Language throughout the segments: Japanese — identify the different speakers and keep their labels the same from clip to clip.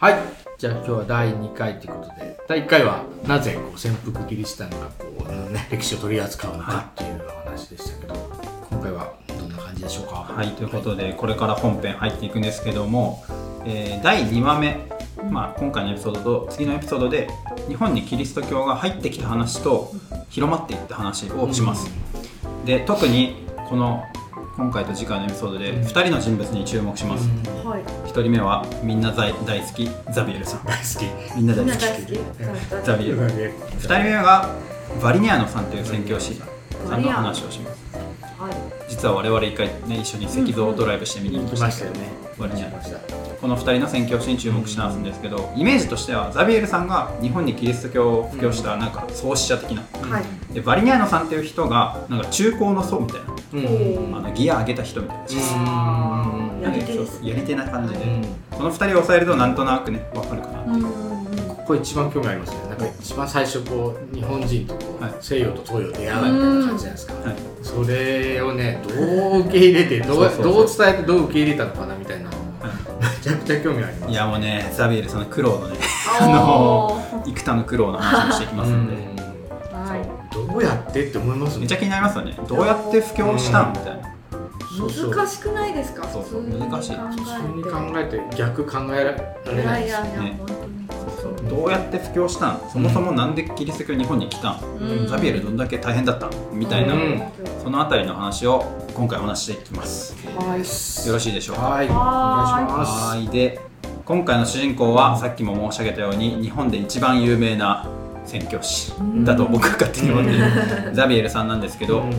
Speaker 1: はいじゃあ今日は第2回ということで第1回はなぜこう潜伏キリシタンがこう、ね、歴史を取り扱うのかっていうお話でしたけど、今回はどんな感じでしょうかは
Speaker 2: はい、ということで、これから本編入っていくんですけども、えー第2話目、まあ、今回のエピソードと次のエピソードで日本にキリスト教が入ってきた話と広まっていった話をします、で特にこの今回と次回のエピソードで2人の人物に注目しま
Speaker 1: う
Speaker 2: す、
Speaker 1: ん
Speaker 3: はい。
Speaker 2: 1人目はみんな大大好きザビエルさん
Speaker 1: 大好
Speaker 2: みんな
Speaker 3: み
Speaker 2: 大
Speaker 3: ん
Speaker 2: 好
Speaker 3: な
Speaker 2: き
Speaker 3: 大好き。
Speaker 2: ザビエル2
Speaker 1: き
Speaker 2: 人目がバリニャーノさんという宣教師さんの話をします
Speaker 3: はい。
Speaker 2: 実は我々一回ね一緒に石像をドライブして見に行
Speaker 1: 行
Speaker 2: き
Speaker 1: き
Speaker 2: ま
Speaker 1: ま
Speaker 2: し
Speaker 1: したた
Speaker 2: よ
Speaker 1: よ
Speaker 2: ね
Speaker 1: ね
Speaker 2: バリニャーノ
Speaker 1: ました
Speaker 2: この2人の宣教師に注目し直すんですけどイメージとしてはザビエルさんが日本にキリスト教を布教したなんか創始者的な、
Speaker 3: はい。
Speaker 2: でバリニャーノさんっていう人がなんか中高の層みたいな、
Speaker 1: うん
Speaker 3: うん
Speaker 2: あのギア上げた人みたいな、
Speaker 1: うん
Speaker 3: やり手です。
Speaker 2: やり手な感じで、
Speaker 1: うん
Speaker 2: この2人を抑えるとなんとなくね分かるかなって
Speaker 3: う
Speaker 2: い
Speaker 3: ん
Speaker 2: う、
Speaker 3: うん
Speaker 1: ここ一番興味ありますねなんか一番最初こう日本人とこう
Speaker 2: はい
Speaker 1: 西洋と東洋出会うみたいな感じじゃないですか、
Speaker 2: はい
Speaker 1: それをねどう受け入れてどう
Speaker 2: そうそうそう
Speaker 1: どう伝えてどう受け入れたのかなみたいなのめちゃくちゃ興味あります
Speaker 2: いやもうねザビエルさんの苦労のね
Speaker 3: あ
Speaker 2: あ
Speaker 3: ー
Speaker 2: の 幾多の苦労の話をしていきますんで、
Speaker 3: は
Speaker 1: どうやってって思います
Speaker 2: めっちゃ気になりますよねどうやって布教したんみたいな、
Speaker 1: そうそう
Speaker 3: い。難しくないですか。
Speaker 2: そうそう
Speaker 3: 普通に
Speaker 2: 難しい
Speaker 3: 考
Speaker 1: 普通に考
Speaker 3: え
Speaker 1: えて逆考えら
Speaker 3: て。
Speaker 1: れ
Speaker 3: い
Speaker 1: な
Speaker 3: や
Speaker 1: い
Speaker 3: い
Speaker 1: です
Speaker 3: やいや、
Speaker 2: ね
Speaker 3: 本当に。
Speaker 2: そうどうやって布教したんそもそもなんでキリスト教日本に来たん、
Speaker 3: うん
Speaker 2: ザビエルどんだけ大変だったんみたいな、
Speaker 1: うん
Speaker 2: そのあたりの話を今回お話ししていきます
Speaker 3: はい。
Speaker 2: よろしいでしょうか
Speaker 1: はいお願いします
Speaker 2: はいで今回の主人公はさっきも申し上げたように日本で一番有名な宣教師だと僕が勝手に思っている ザビエルさんなんですけど、
Speaker 1: う
Speaker 2: ね
Speaker 1: ん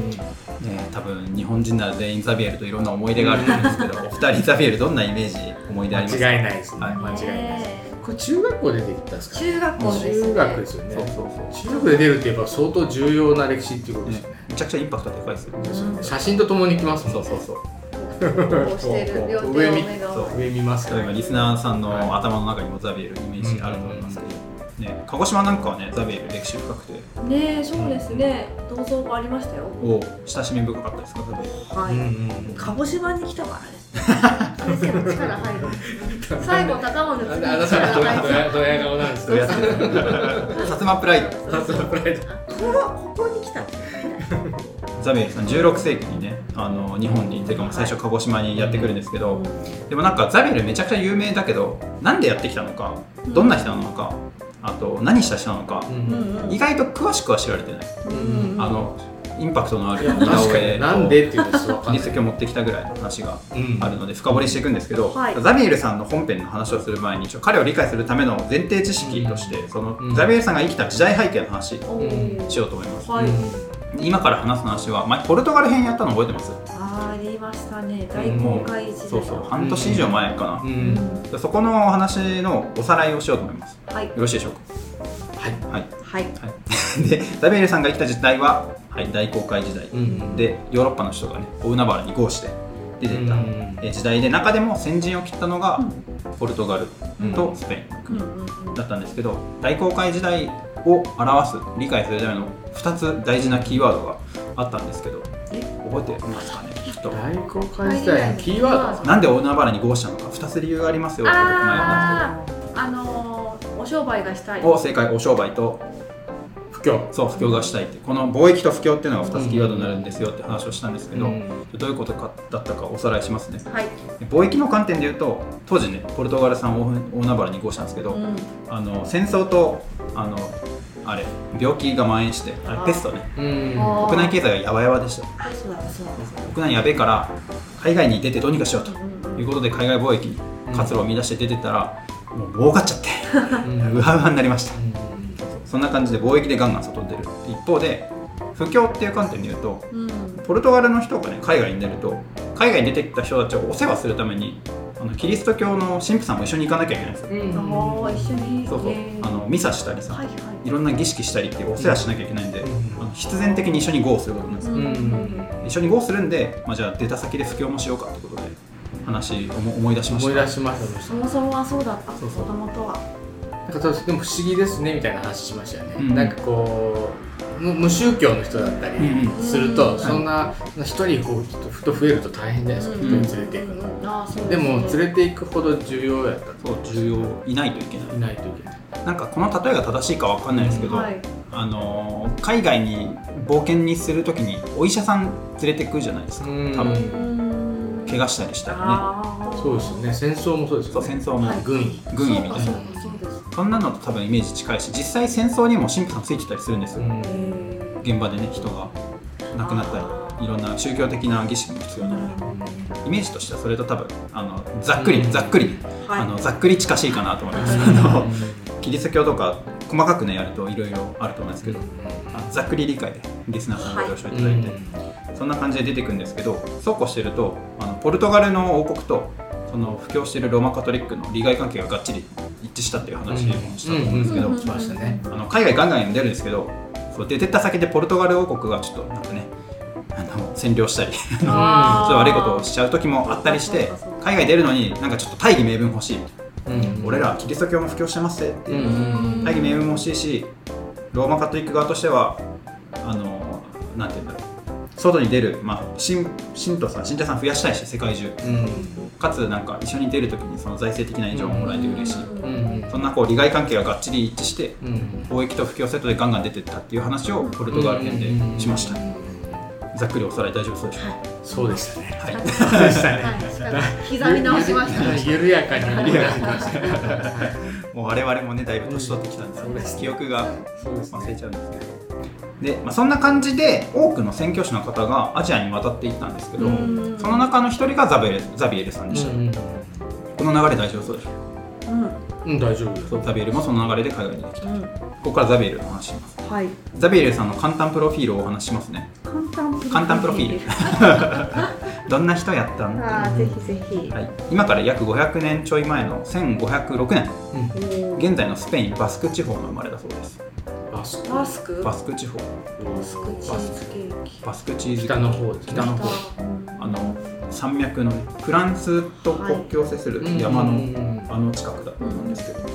Speaker 2: 多分日本人なら全員ザビエルといろんな思い出があると思うんですけ どお二人ザビエルどんなイメージ思い出ありますか
Speaker 1: 間違いないですね、
Speaker 2: はい
Speaker 1: 間違いないです
Speaker 3: ねえ
Speaker 1: これ中学校で出てきたんですか
Speaker 3: 中学校です。。
Speaker 1: 中学ですすよね
Speaker 2: そうそうそう
Speaker 1: 中学で出るってやっぱ相当重要な歴史っていうことですよね
Speaker 2: めちゃくちゃインパクトでかいですよね、
Speaker 3: うん
Speaker 1: 写真とともに来ますもん
Speaker 2: そうそうそう
Speaker 3: こうしてる両手を
Speaker 1: 上見
Speaker 3: 目が
Speaker 2: そう
Speaker 1: 上見ます
Speaker 2: 例えばリスナーさんの頭の中にもザビエルイメージあると思いますけど、ね、鹿児島なんかはねザビエル歴史深くて
Speaker 3: ねえ、そうですね。銅像もありましたよ。
Speaker 2: お親しみ深かったですかザビエル
Speaker 3: は
Speaker 1: うんう
Speaker 3: い。
Speaker 1: ん
Speaker 3: 鹿児島に来たからね。先生の力入る。最後高松
Speaker 1: あ
Speaker 3: の
Speaker 1: あ
Speaker 3: 次
Speaker 1: なたはドヤドヤドヤ顔なんです
Speaker 2: そういうやつ 薩摩プライド
Speaker 1: サスプライド
Speaker 3: このここに来た。
Speaker 2: ザビエルさん16世紀にねあの日本にてかまあ最初鹿児島にやってくるんですけどでもなんかザビエルめちゃくちゃ有名だけどなんでやってきたのかどんな人なのかあと何した人なのか
Speaker 3: うんうん。
Speaker 2: 意外と詳しくは知られてない、
Speaker 3: うんうん
Speaker 2: あのインパクトのある似
Speaker 1: 確
Speaker 2: 顔
Speaker 1: か
Speaker 2: 絵
Speaker 1: に
Speaker 2: と
Speaker 1: なんでっていうのはすごいわ
Speaker 2: キ
Speaker 1: かん
Speaker 2: リ
Speaker 1: ない
Speaker 2: スト教を持ってきたぐらいの話が
Speaker 1: うん
Speaker 2: あるので深掘りしていくんですけど、
Speaker 3: はい
Speaker 2: ザビエルさんの本編の話をする前に一応彼を理解するための前提知識として、その
Speaker 1: うん
Speaker 2: ザビエルさんが生きた時代背景の話
Speaker 3: おー
Speaker 2: しようと思います、
Speaker 3: はい。
Speaker 2: 今から話す話は前ポルトガル編やったの覚えてます
Speaker 3: ありましたね。大航海時代。
Speaker 2: そうそう半年以上前か
Speaker 1: う
Speaker 3: うんん。
Speaker 2: な、そこのお話のおさらいをしようと思いますよ
Speaker 3: はい
Speaker 2: ろしいでしょうか
Speaker 1: はい
Speaker 2: はい、
Speaker 3: はい。
Speaker 2: はい、 でザビエルさんが生きた時代は、はい、大航海時代、
Speaker 1: うん
Speaker 2: でヨーロッパの人がね大海原に合して出てった、
Speaker 1: うん
Speaker 2: えー時代で中でも先陣を切ったのが、ポルトガルとスペイン、
Speaker 3: うんうんうん。
Speaker 2: だったんですけど大航海時代を表す理解するための2つ大事なキーワードがあったんですけど
Speaker 3: え
Speaker 2: 覚えてますかねきっと
Speaker 1: 大航海時代のキーワード
Speaker 2: なんで大海原に合したのか2つ理由がありますよって僕前話
Speaker 3: ああ、あのーお商売がしたい。
Speaker 2: を正解お商売と
Speaker 1: 不況
Speaker 2: そう布教がしたいってこの貿易と布教っていうのが2つキーワードになるんですよって話をしたんですけど、
Speaker 1: うん
Speaker 2: どういうことかだったかおさらいしますね
Speaker 3: はい。
Speaker 2: 貿易の観点で言うと当時ねポルトガル産大海原に合したんですけど、
Speaker 3: うん。
Speaker 2: あの戦争とあのあれ病気が蔓延してあれ
Speaker 3: あー
Speaker 2: ペストね
Speaker 1: うん
Speaker 3: あー
Speaker 2: 国内経済がやばやばでした
Speaker 3: あそうだそう
Speaker 2: 国内やべえから海外に出てどうにかしようと
Speaker 3: だ。うんうん
Speaker 2: いうことで海外貿易に活路を見出して出てったら、もう儲かっちゃって
Speaker 1: うん
Speaker 2: うわうわになりました
Speaker 1: うん
Speaker 2: そんな感じで貿易でガンガン外に出る一方で不況っていう観点で言うと
Speaker 3: うん。
Speaker 2: ポルトガルの人がね海外に出ると海外に出てきた人たちをお世話するためにあのキリスト教の神父さんも一緒に行かなきゃいけないんですよ、
Speaker 3: うん。ああ一緒に。
Speaker 2: そうそう
Speaker 3: ね
Speaker 2: あのミサしたりさ、
Speaker 3: はいはい。
Speaker 2: いろんな儀式したりっていうお世話しなきゃいけないんで、
Speaker 1: うん
Speaker 2: あの必然的に一緒に GO することなんですよ、
Speaker 1: うん
Speaker 2: 一緒に GO するんで、まあ、じゃあ出た先で布教もしようかってことで話を思思い出しました
Speaker 1: 思い出しました
Speaker 3: そもそもはそうだった。
Speaker 2: そうそう
Speaker 3: もともとは。
Speaker 1: ただでも不思議ですねみたいな話しましたよね、
Speaker 2: うん
Speaker 1: なんかこう無無宗教の人だったり
Speaker 2: うん
Speaker 1: すると、
Speaker 2: ん
Speaker 1: そんな一人こうちょっとふと増えると大変じゃないですか、
Speaker 2: ん
Speaker 1: 人に連れていくの、
Speaker 3: あーそう
Speaker 1: です
Speaker 3: ね
Speaker 1: も連れていくほど重要やった
Speaker 2: そう重要いないといけない
Speaker 1: いないといけない
Speaker 2: なんかこの例えが正しいかわかんないですけど、
Speaker 3: はい
Speaker 2: あのー海外に冒険にするときにお医者さん連れてくるじゃないですか
Speaker 1: うん
Speaker 2: 多分
Speaker 3: うん
Speaker 2: 怪我したりしたらね
Speaker 3: あー
Speaker 1: そうですよね戦争もそうですよ
Speaker 2: そう
Speaker 1: ね
Speaker 2: 戦争も、
Speaker 3: はい
Speaker 1: 軍医
Speaker 2: 軍医みたい
Speaker 3: そ
Speaker 2: な
Speaker 3: うかそうかそうです
Speaker 2: そんなのと多分イメージ近いし実際戦争にも神父さんついてたりするんですよ、
Speaker 1: うん
Speaker 3: へ
Speaker 2: 現場でね人が亡くなっ
Speaker 3: あ
Speaker 2: た
Speaker 3: ー
Speaker 2: りいろんな宗教的な儀式も必要なので
Speaker 3: ー
Speaker 2: イメージとしてはそれと多分あのざっくり、
Speaker 1: うん
Speaker 2: ざっくり、
Speaker 3: はい
Speaker 2: あのざっくり近しいかなと思います、
Speaker 3: うん
Speaker 2: あのキリスト教とか細かくねやるといろいろあると思うんですけどあざっくり理解でリスナーさんご了承いただいて、そんな感じで出てくるんですけどそうこうしてるとあのポルトガルの王国とその布教してるローマカトリックの利害関係ががっちり一致したっていう話もしたと思うんですけど、
Speaker 3: うんうん
Speaker 1: しましたね
Speaker 2: あの海外ガンガン出るんですけどそう出てった先でポルトガル王国がちょっとなんかねあの占領したりちょっ
Speaker 3: あー
Speaker 2: と悪いことをしちゃう時もあったりして
Speaker 3: そうかそうか
Speaker 2: 海外出るのになんかちょっと大義名分欲しい
Speaker 1: うん
Speaker 2: 俺らはキリスト教も布教してますぜって
Speaker 1: うん
Speaker 2: いうう、
Speaker 1: ん
Speaker 2: 大義名分も欲しいしローマカトリック側としてはあのなんて言うんだろう外に出る、まあ、信信徒さん信者さん増やしたいし世界中
Speaker 1: うん
Speaker 2: かつなんか一緒に出るときにその財政的な援助ももらえて嬉しい、
Speaker 1: うんう
Speaker 3: うん
Speaker 1: ん
Speaker 2: そんなこう利害関係ががっちり一致して
Speaker 1: うん
Speaker 2: 貿易と布教セットでガンガン出てったっていう話をポルトガル編でしました、ざっくりおさらい大丈夫そうでしょうか
Speaker 1: そうでしたね
Speaker 2: はい
Speaker 1: そうでした
Speaker 3: はい刻み直しましたね
Speaker 1: 緩やかに緩やかにました
Speaker 2: もう我々もねだいぶ年取ってきたんで、
Speaker 1: そうです
Speaker 2: 記憶が
Speaker 1: そうです
Speaker 2: 忘れちゃうんですけどで、まあ、そんな感じで多くの宣教師の方がアジアに渡っていったんですけど
Speaker 3: うん
Speaker 2: その中の一人がザビエルザビエルさんでした、
Speaker 1: ね
Speaker 2: この流れ大丈夫そうでしょ
Speaker 3: うん
Speaker 1: うん大丈夫です
Speaker 2: そうザビエルもその流れで海外に来たこ
Speaker 3: う
Speaker 2: こからザビエルの話します
Speaker 3: んはい
Speaker 2: ザビエルさんの簡単プロフィールをお話ししますね
Speaker 3: 簡単プロフィール
Speaker 2: 簡単プロフィールどんな人やったん
Speaker 3: ああぜひぜひ
Speaker 2: はい、今から約500年ちょい前の1506年
Speaker 3: おー
Speaker 2: 現在のスペインバスク地方の生まれだそうです
Speaker 1: バス
Speaker 3: バスク
Speaker 2: バスク地方
Speaker 1: バ
Speaker 3: バスクチーズケーキ
Speaker 2: バスクチーズ
Speaker 1: 北の方ですね
Speaker 2: 北の方あの山脈のねフランスと国境を接する山の、
Speaker 1: うん
Speaker 2: あの近くだと思うんですけど、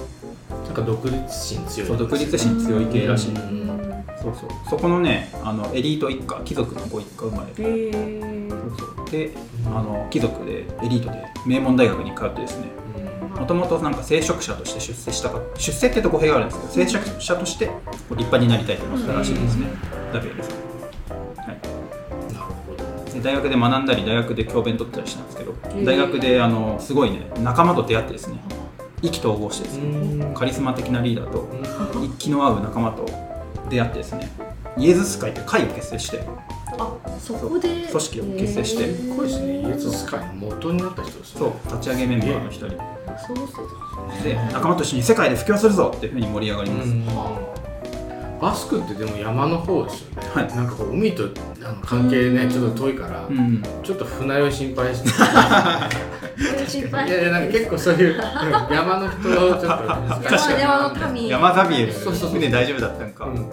Speaker 1: なんか独立心強い
Speaker 2: そう独立心強い系らしい、
Speaker 1: うん
Speaker 3: うん
Speaker 2: そうそうそこのねあのエリート一家貴族のご一家生まれ
Speaker 3: へ
Speaker 2: そう
Speaker 3: ー
Speaker 2: そうであの貴族でエリートで名門大学に通ってですねもともとなんか聖職者として出世したか出世ってと語弊があるんですけど聖職者として立派になりたいと思ってたらしいですね、ダビエルさん、はい、
Speaker 1: なるほど
Speaker 2: で大学で学んだり大学で教鞭取ったりしたんですけど
Speaker 3: ー
Speaker 2: 大学であのすごいね仲間と出会ってですね意気投合してですね
Speaker 1: うん
Speaker 2: カリスマ的なリーダーと
Speaker 1: う
Speaker 2: 気の合う仲間と出会ってですねイエズス会って会を結成して
Speaker 3: あそこで
Speaker 2: 組織を結成して
Speaker 3: へ
Speaker 1: ん
Speaker 3: ー
Speaker 1: すごいですねイエズス会の元になった人ですね
Speaker 2: そう立ち上げメンバーの一人
Speaker 3: そうそう
Speaker 2: で仲間と一緒に世界で布教するぞっていうふうに盛り上がります、
Speaker 1: うんバスクってでも山の方ですよね、
Speaker 2: はい
Speaker 1: なんかこう海とあの関係ねちょっと遠いから、
Speaker 2: うん
Speaker 1: ちょっと船酔い心配して
Speaker 3: 心
Speaker 1: い
Speaker 3: 配
Speaker 1: やいやなんか結構そういううん山の人をちょっと
Speaker 3: 山山の民
Speaker 2: 山ザビエル
Speaker 1: そうそうそう
Speaker 2: 船大丈夫だったんか、
Speaker 1: うん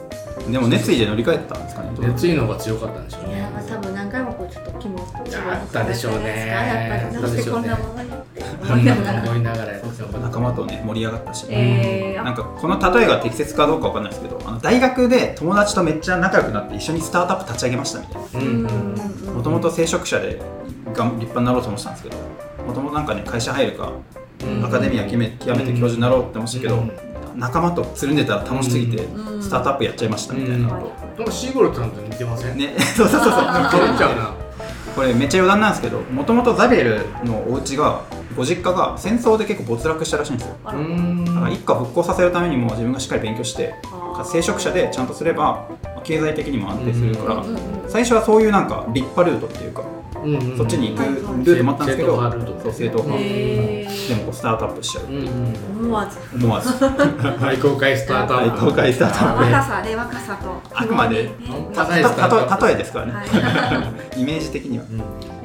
Speaker 2: でも熱意で乗り換えてたんですかねどうだろう
Speaker 1: 熱意の方が強かったんでしょう
Speaker 3: い
Speaker 1: ね
Speaker 3: やまあ多分何回もこうちょっと気持ち
Speaker 1: あったでしょうね
Speaker 3: やっぱりどうしてこんなものにって思いながら
Speaker 1: 思いながらやってた
Speaker 2: 仲間とね盛り上がったし、
Speaker 3: えー
Speaker 2: なんかこの例えが適切かどうかわかんないですけどあの大学で友達とめっちゃ仲良くなって一緒にスタートアップ立ち上げましたみたいな
Speaker 1: うん
Speaker 3: うん
Speaker 1: うん
Speaker 2: もともと聖職者でが立派になろうと思ってたんですけどもともとなんかね会社入るかアカデミア決め極めて教授になろうって思ってたけど、
Speaker 1: うん
Speaker 2: 仲間とつるんでたら楽しすぎて
Speaker 3: うん
Speaker 2: スタートアップやっちゃいましたみたいな
Speaker 1: うん
Speaker 2: ことを、
Speaker 1: なんかシーゴルさんと似てません
Speaker 2: ね そうそうそうそう
Speaker 1: なんか似ちゃうな
Speaker 2: これめっちゃ余談なんですけどもともとザビエルのお家がご実家が戦争で結構没落したらしいんですよ
Speaker 3: あ
Speaker 1: う
Speaker 3: ら
Speaker 1: ん
Speaker 2: だから一家復興させるためにも自分がしっかり勉強して
Speaker 3: あー
Speaker 2: 聖職者でちゃんとすれば経済的にも安定するか
Speaker 3: うんうんう
Speaker 2: ら
Speaker 3: ん
Speaker 2: 最初はそういうなんか立派ルートっていうか
Speaker 1: うんうんうん
Speaker 2: そっちに行くルートもあったんですけどそう正統派
Speaker 3: へー
Speaker 2: でもこうスタートアップしちゃう
Speaker 1: うんうん
Speaker 3: 思わず
Speaker 2: 思わず
Speaker 1: 大公開スタートアップ
Speaker 2: 大公開スタートアッ
Speaker 3: 若さで若さと
Speaker 2: あくまで
Speaker 3: 希望にね
Speaker 1: た
Speaker 2: た
Speaker 1: だいスタートアッ
Speaker 2: た
Speaker 1: プ
Speaker 2: と例えですからね、
Speaker 3: は
Speaker 2: イメージ的には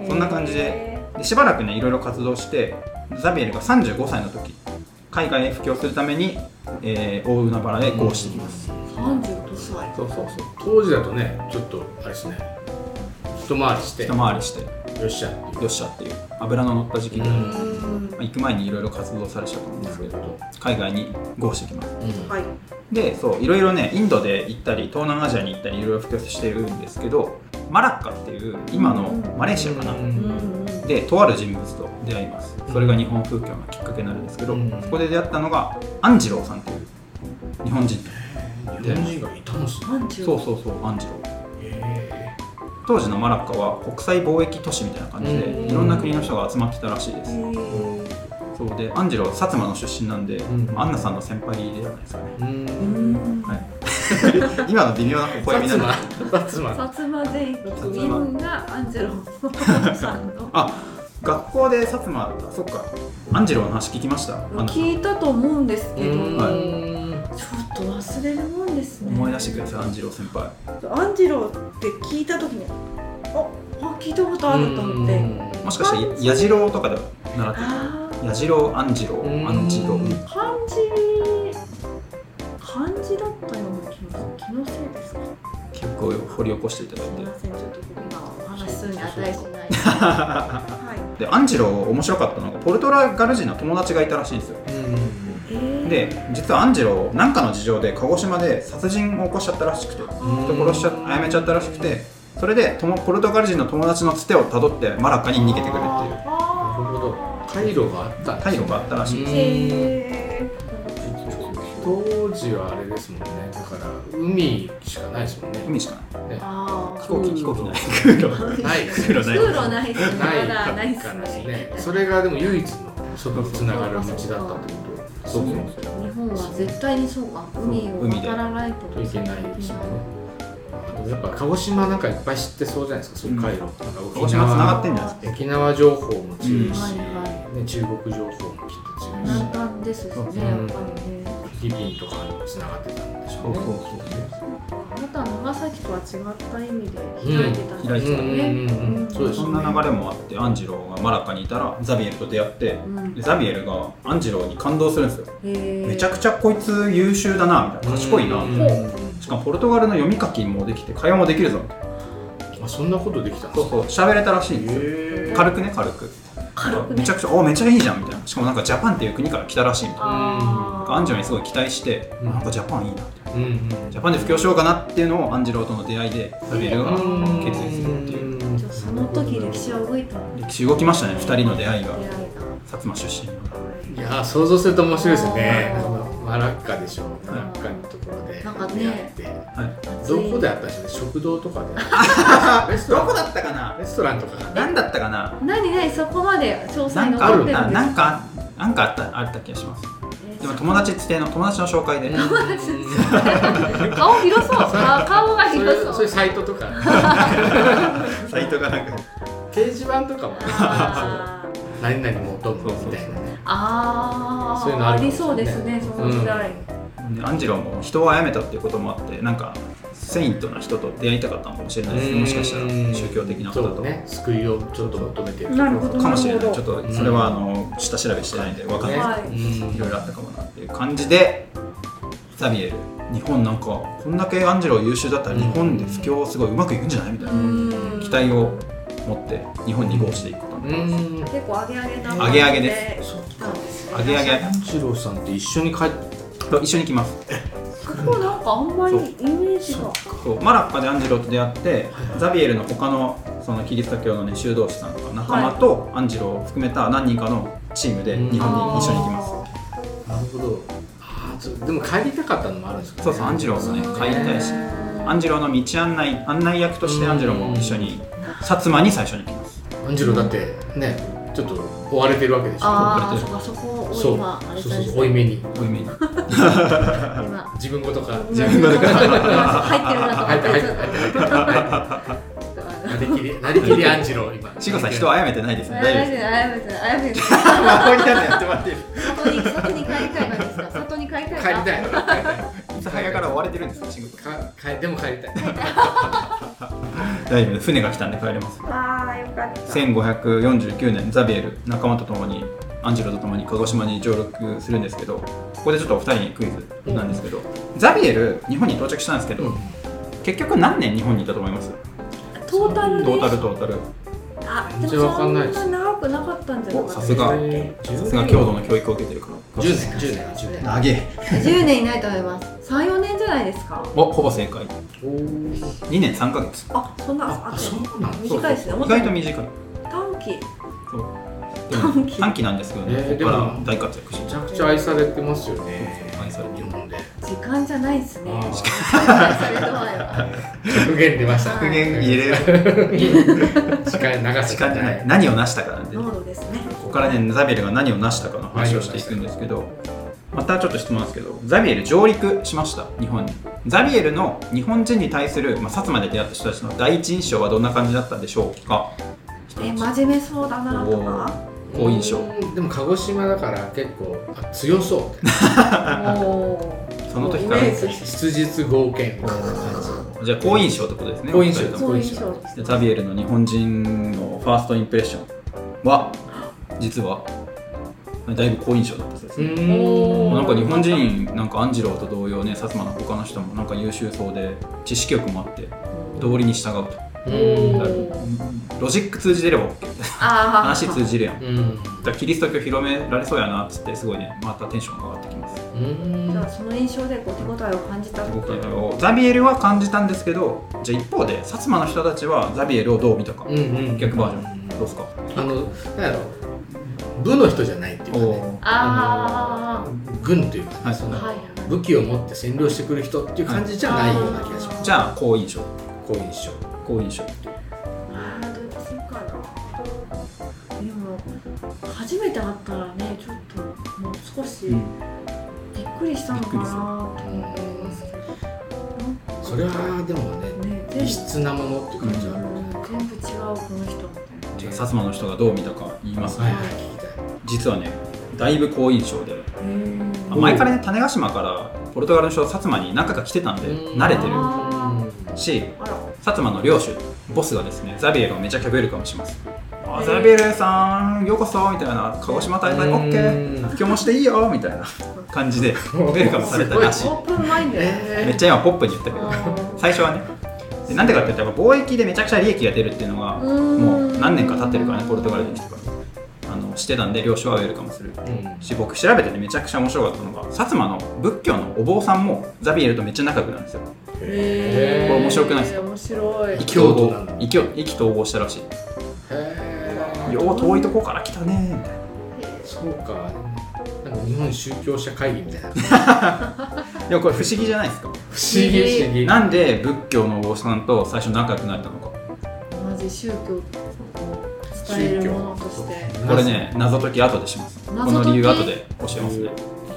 Speaker 1: うん
Speaker 2: そんな感じででしばらくねいろいろ活動してザビエルが35歳の時海外へ布教するために、えー大海原へこうしてきます、
Speaker 3: 三十五歳
Speaker 2: そうそうそう
Speaker 1: 当時だとねちょっとあれですね一回りして
Speaker 2: 一回りして
Speaker 1: よっしゃっていう
Speaker 2: よっしゃっていう油の乗った時期で、
Speaker 1: う
Speaker 2: ま
Speaker 1: ん
Speaker 2: あ、行く前にいろいろ活動されてたと思うんですけど海外にゴーしてきます
Speaker 1: うん
Speaker 3: はい
Speaker 2: でそういろいろねインドで行ったり東南アジアに行ったりいろいろ普及してるんですけどマラッカっていう今のマレーシアかな、
Speaker 1: うん
Speaker 2: でとある人物と出会いますそれが日本風景のきっかけになるんですけど、
Speaker 1: うん
Speaker 2: そこで出会ったのが安次郎さんっていう日本人
Speaker 1: 日本人がいたんですね
Speaker 3: パンチ
Speaker 2: そうそうそう安次郎
Speaker 1: へ
Speaker 2: 当時のマラッカは国際貿易都市みたいな感じで、
Speaker 1: うん
Speaker 2: いろんな国の人が集まってたらしいで
Speaker 3: う
Speaker 2: す、
Speaker 3: んうん
Speaker 2: そうでアンジェロは薩摩の出身なんで、
Speaker 1: うん
Speaker 2: アンナさんの先輩じゃないですかね
Speaker 1: えう
Speaker 3: うんん
Speaker 2: はい 今の微妙な微笑み
Speaker 1: 薩
Speaker 2: な
Speaker 1: 摩
Speaker 2: がら
Speaker 1: 薩摩
Speaker 3: 薩摩全
Speaker 2: 薩
Speaker 3: 域
Speaker 2: 摩
Speaker 3: インがアンジェロさんの
Speaker 2: あ学校で薩摩だったそっかアンジェロの話聞きましたアンナさん
Speaker 3: 聞いたと思うんですけど、
Speaker 1: うん
Speaker 2: はい
Speaker 3: ちょっと忘れるもんですね
Speaker 2: 思い出してくださいアンジェロ先輩
Speaker 3: アンジェロって聞いた時にああ聞いたことあると思って
Speaker 2: もしかしてやじろうとかで習って
Speaker 3: あ
Speaker 2: たやじろうアンジェロ
Speaker 1: うん
Speaker 2: アンジロう
Speaker 3: あ漢字漢字だったような気もする気のせいですか
Speaker 2: 記憶を掘り起こしていただ
Speaker 3: すみ
Speaker 2: い
Speaker 3: ませんちょっと今お話しするに値しない
Speaker 2: て
Speaker 3: はい
Speaker 2: でアンジェロ面白かったのがポルトラガル人の友達がいたらしいんですよ
Speaker 1: うん
Speaker 3: えー、
Speaker 2: で実はアンジェロ何かの事情で鹿児島で殺人を起こしちゃったらしくて人殺しちゃあやめちゃったらしくてそれでともポルトガル人の友達のつてをたどってマラッカに逃げてくるっていう
Speaker 1: なる
Speaker 3: あ
Speaker 1: ほど回路があったんですね
Speaker 2: 態度があったらしい
Speaker 3: ー
Speaker 2: です
Speaker 3: へー
Speaker 1: 当時はあれですもんねだから海しかないですもんね
Speaker 2: 海しかない
Speaker 3: あ
Speaker 2: 飛
Speaker 3: ー
Speaker 2: 行機飛行機ない空 路
Speaker 1: ないですね
Speaker 2: 空
Speaker 3: 空路ないっすねま
Speaker 1: ない
Speaker 3: だないっ
Speaker 1: か
Speaker 3: す
Speaker 1: らです
Speaker 3: ね
Speaker 1: ねそれがでも唯一の外につながる道だったってこと
Speaker 2: そ
Speaker 1: そ
Speaker 2: うそう
Speaker 1: う
Speaker 3: 日本は絶対にそうか海を渡らないと
Speaker 1: といけないですもんねあでもやっぱ鹿児島なんかいっぱい知ってそうじゃないですかそういう回路とか
Speaker 2: 鹿児島つながってんじゃないですか
Speaker 1: 沖縄情報も強いし、
Speaker 3: うんはい
Speaker 1: ね、中国情報もきっと強いし
Speaker 3: 南端ですしねやっぱりね
Speaker 1: フィリピンとかにもつながってたんでしょうね
Speaker 2: そうそう
Speaker 3: あなたは長崎とは違った意味で開いてたん
Speaker 2: 開い
Speaker 3: です
Speaker 2: て
Speaker 3: よ
Speaker 2: た
Speaker 1: うんうんうんうん
Speaker 3: ね
Speaker 1: そうです
Speaker 2: そんな流れもあってアンジェロがマラッカにいたらザビエルと出会ってでザビエルがアンジェロに感動するんですよめちゃ
Speaker 3: く
Speaker 2: くちゃこいつ優秀だなみたいな賢いな
Speaker 1: う
Speaker 2: み
Speaker 1: ん
Speaker 2: た
Speaker 1: う
Speaker 2: い
Speaker 1: ん
Speaker 2: なしかもポルトガルの読み書きもできて会話もできるぞみたいな
Speaker 1: あそんなことできたんで
Speaker 2: そ
Speaker 1: す
Speaker 2: う
Speaker 1: か
Speaker 2: そう喋れたらしいんですよ
Speaker 1: へ
Speaker 2: 軽くね軽く
Speaker 3: 軽くね
Speaker 2: めちゃくちゃおめちゃいいじゃんみたいなしかもなんかジャパンっていう国から来たらしいみたいな
Speaker 3: あー
Speaker 2: アンジェロにすごい期待して、
Speaker 1: うん
Speaker 2: なんかジャパンいいなみた
Speaker 1: う
Speaker 2: いな
Speaker 1: んうん
Speaker 2: ジャパンで布教しようかなっていうのをアンジェロとの出会いでザビエルが
Speaker 1: うん
Speaker 2: 決意するっていう
Speaker 3: じゃあその時歴史は動いたの
Speaker 2: 歴史動きましたね2人の出会い
Speaker 3: 出
Speaker 2: が
Speaker 3: 会い
Speaker 2: 薩摩出身の
Speaker 1: いやー想像すると面白いですね
Speaker 3: あー
Speaker 1: なんかマラッカでしょマラッカのところで
Speaker 3: なんかね
Speaker 1: 出会って、
Speaker 2: はい、
Speaker 3: が
Speaker 1: どこで
Speaker 3: 暑
Speaker 1: あったんでしょうね食堂とか でレスト
Speaker 2: ど
Speaker 1: ラン
Speaker 2: こだったかな
Speaker 1: レストランとかかな
Speaker 2: 何だったかない
Speaker 3: 何何そこまで詳細
Speaker 2: なんかあ
Speaker 3: 残っ
Speaker 2: る
Speaker 3: てる
Speaker 2: なん
Speaker 3: です
Speaker 2: なんかなんかあったあった気がします
Speaker 3: えー
Speaker 2: でも友達つての友達の紹介で
Speaker 3: 友達です顔広そうあ顔が
Speaker 1: そう
Speaker 3: 広
Speaker 1: いう
Speaker 3: そ
Speaker 1: そういううサイトとか
Speaker 2: サイトがなんか
Speaker 1: 掲示板とかも
Speaker 3: あー
Speaker 1: 何々求むみたいなね
Speaker 3: あー
Speaker 1: そういうのある
Speaker 3: ありそうですねその時代
Speaker 2: アンジェロも人を殺めたっていうこともあってなんかセイントな人と出会いたかったのかもしれないですねもしかしたら宗教的な方
Speaker 1: そ
Speaker 2: と
Speaker 1: うね救いをちょっと求めてる
Speaker 3: なるほど
Speaker 2: かもしれない
Speaker 3: なる
Speaker 2: ちょ
Speaker 3: ほ
Speaker 2: っ
Speaker 3: ど
Speaker 2: とそれはあの下調べしてないんで分かんない
Speaker 3: はい
Speaker 1: うん
Speaker 2: いろいろあったかもなっていう感じでザビエル日本なんかこんだけアンジェロ優秀だったら日本で布教すごいうまくいくんじゃないみたいな
Speaker 3: うん
Speaker 2: 期待を持って日本に移行していくことになります
Speaker 1: うん
Speaker 3: 結構アゲアゲな
Speaker 2: アゲアゲで
Speaker 1: そっ
Speaker 3: 来たんですね
Speaker 2: アゲアゲ
Speaker 1: 安次郎さんって一緒に帰って
Speaker 2: と一緒に来ます
Speaker 3: ここなんかあんまりイメージが
Speaker 2: そうマラッカでアンジェロと出会ってザビエルの他のそのキリスト教のね修道士さんとか仲間とアンジェロを含めた何人かのチームで日本に一緒に行きます
Speaker 1: なるほどあーちょでも帰りたかったのもあるんですかね
Speaker 2: そうそうアンジェロをね帰りたいしアンジェロの道案内案内役としてアンジェロも一緒に薩摩に最初に来ます
Speaker 1: アンジェロだってねちょっと追われてるわけでしょ
Speaker 3: ああーそっかそこを
Speaker 1: そう
Speaker 3: 今あれ
Speaker 1: そう
Speaker 3: で
Speaker 1: そう
Speaker 3: す
Speaker 1: そう追い目に
Speaker 2: こういうイメージ
Speaker 3: 今
Speaker 1: 自分ごとか
Speaker 3: 自分の中入ってるなと思
Speaker 1: 入
Speaker 3: っ
Speaker 1: って
Speaker 3: て
Speaker 1: 入っ
Speaker 3: ち
Speaker 1: て
Speaker 3: ょっと
Speaker 1: 入ってなりきりなりきりアンジェロ今
Speaker 2: しごさん人をあやめてないですね
Speaker 3: あ
Speaker 2: 大丈夫
Speaker 3: や
Speaker 2: です
Speaker 3: めてあやめてあやめて
Speaker 2: 魔法になってやってもらっていい
Speaker 3: 里に里に帰りたいなんですか里に帰りたい
Speaker 1: 帰
Speaker 3: な
Speaker 1: りたい
Speaker 2: 諫早から追われてるんですか仕事
Speaker 1: か帰でも帰りたい
Speaker 2: 大丈夫です船が来たんで帰れます
Speaker 3: ああよかった
Speaker 2: 1549年ザビエル仲間と共にアンジェロと共に鹿児島に上陸するんですけどここでちょっとお二人にクイズなんですけど、ザビエル日本に到着したんですけど、結局何年日本にいたと思います
Speaker 3: トータルで
Speaker 2: トータルトータル
Speaker 3: あ
Speaker 1: 全然わかんない
Speaker 3: で
Speaker 1: です
Speaker 3: もそんな長くなかったんじゃなかった
Speaker 2: おさすが
Speaker 1: 10
Speaker 2: さすが郷土の教育を受けてるから
Speaker 1: 年10年10年
Speaker 2: 長え
Speaker 3: 10年いないと思います34年じゃないですか
Speaker 2: おほぼ正解
Speaker 1: おー
Speaker 2: 2年3ヶ月
Speaker 3: あそんなあ
Speaker 1: あそうなんだ
Speaker 3: 短いですね
Speaker 2: 意外と短い
Speaker 3: 短期
Speaker 2: でも
Speaker 3: 短期
Speaker 2: 短期なんですけどね、
Speaker 1: えー
Speaker 2: ここか
Speaker 1: で
Speaker 2: ら
Speaker 1: も
Speaker 2: 大活躍し
Speaker 1: め
Speaker 2: ち
Speaker 1: ち
Speaker 2: ゃ
Speaker 1: ゃくちゃ愛されてますよね
Speaker 2: 愛されて
Speaker 1: 日
Speaker 2: る
Speaker 1: 本で
Speaker 3: 時間じゃないですね
Speaker 1: あー
Speaker 3: それとは
Speaker 1: 極限出ました
Speaker 3: 極限
Speaker 2: 入れる
Speaker 1: 時間長さ
Speaker 2: 時間じゃない何を成したかなんで
Speaker 3: 濃度ですね
Speaker 2: ここからねザビエルが何を成したかの話をしていくんですけどまたちょっと質問なんですけどザビエル上陸しました日本にザビエルの日本人に対する、まあ、薩摩で出会った人たちの第一印象はどんな感じだったでしょうか
Speaker 3: え真面目そうだなとか
Speaker 2: 好印象
Speaker 1: うんでも鹿児島だから結構あ強そう
Speaker 3: おー
Speaker 2: その時から
Speaker 3: イメージ
Speaker 1: 質実剛健みたいな感じ
Speaker 2: じゃあ好印象ってことですね
Speaker 1: 好印象
Speaker 2: お二人とも
Speaker 3: そう印象です
Speaker 2: でザビエルの日本人のファーストインプレッションは実はだいぶ好印象だったそうです
Speaker 1: う
Speaker 2: ね、
Speaker 1: ーん
Speaker 2: なんか日本人なんかアンジローと同様ね薩摩の他の人もなんか優秀そうで知識欲もあって道理に従うと
Speaker 1: うん
Speaker 3: うん
Speaker 2: ロジック通じてれば OK みたいな
Speaker 3: あー
Speaker 2: 話通じるやんだ
Speaker 1: うん
Speaker 2: からキリスト教広められそうやなっつってすごいねまたテンションが上がってきます
Speaker 1: うん
Speaker 3: じゃあその印象でこう手応えを感じたと
Speaker 2: 僕らをザビエルは感じたんですけどじゃあ一方で薩摩の人たちはザビエルをどう見たか、
Speaker 1: うんうん
Speaker 2: 逆バージョンどうですか
Speaker 1: あのなんやろ部の人じゃないっていうかね
Speaker 3: あー
Speaker 1: 軍というか、
Speaker 2: はい
Speaker 1: ね、その
Speaker 3: はい
Speaker 1: 武器を持って占領してくる人っていう感じじゃないような気がします
Speaker 2: じゃあ好印象
Speaker 1: 好印象
Speaker 2: 好印象
Speaker 3: あーどうするかなでも初めて会ったらねちょっともう少し
Speaker 2: うん
Speaker 3: びっくりしたのかなと思いますけど、
Speaker 1: それはでもね
Speaker 3: ね全
Speaker 1: 異
Speaker 3: 部
Speaker 1: 質なものって感じはあるね
Speaker 3: 全部違うこの人みたいな
Speaker 2: じゃあ薩摩の人がどう見たか言います
Speaker 1: はい
Speaker 2: ね
Speaker 1: はい聞きたい
Speaker 2: 実はねだいぶ好印象で
Speaker 3: へ
Speaker 2: あ前からね種子島からポルトガルの人は薩摩に何回か来てたんで慣れて
Speaker 3: あ
Speaker 2: るし
Speaker 3: あら
Speaker 2: 薩摩の領主ボスがですねザビエルをめちゃくちゃウェルカムしますあザビエルさんようこそみたいな鹿児島大会 OK
Speaker 1: うん
Speaker 2: 布教もしていいよみたいな感 じでウェルカムされたらしい
Speaker 3: オープンマインドやね
Speaker 2: めっちゃ今ポップに言ったけど
Speaker 3: あ
Speaker 2: 最初はねでなんでかって言ったら貿易でめちゃくちゃ利益が出るっていうのが
Speaker 3: うん
Speaker 2: もう何年か経ってるからねポルトガル人とかあのしてたんで領主はウェルカムする
Speaker 1: うん
Speaker 2: し僕調べててめちゃくちゃ面白かったのが薩摩の仏教のお坊さんもザビエルとめっちゃ仲良くなるんですよ
Speaker 3: ー
Speaker 2: これ面白くないです
Speaker 3: へー面白い
Speaker 1: 異教徒なんだ
Speaker 2: 意気意気投合したらし
Speaker 1: へ
Speaker 2: いよう遠いとこから来たねみたい
Speaker 1: えそうかなんか日本宗教者会議みたいな不
Speaker 2: なでもこれ不思議じゃないですか
Speaker 1: 思議不思議
Speaker 2: なんで仏教のお坊さんと最初仲良くなったのか
Speaker 3: 同じ宗教を伝えるものとして
Speaker 2: これね謎解き後でしますこ
Speaker 3: 謎解き
Speaker 2: の理由後で教えますね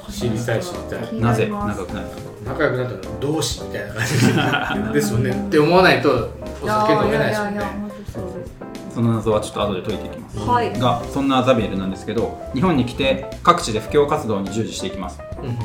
Speaker 1: 知りたい知りたい
Speaker 2: なぜ仲良くなったのか
Speaker 1: 仲良くなったら同志みたいな感じですよねって思わないとお酒飲めないですもん
Speaker 3: ややや
Speaker 1: ね
Speaker 3: 本当そうです
Speaker 2: その謎はちょっと後で解いていきます
Speaker 3: はい
Speaker 2: がそんなザビエルなんですけど日本に来て各地で布教活動に従事していきます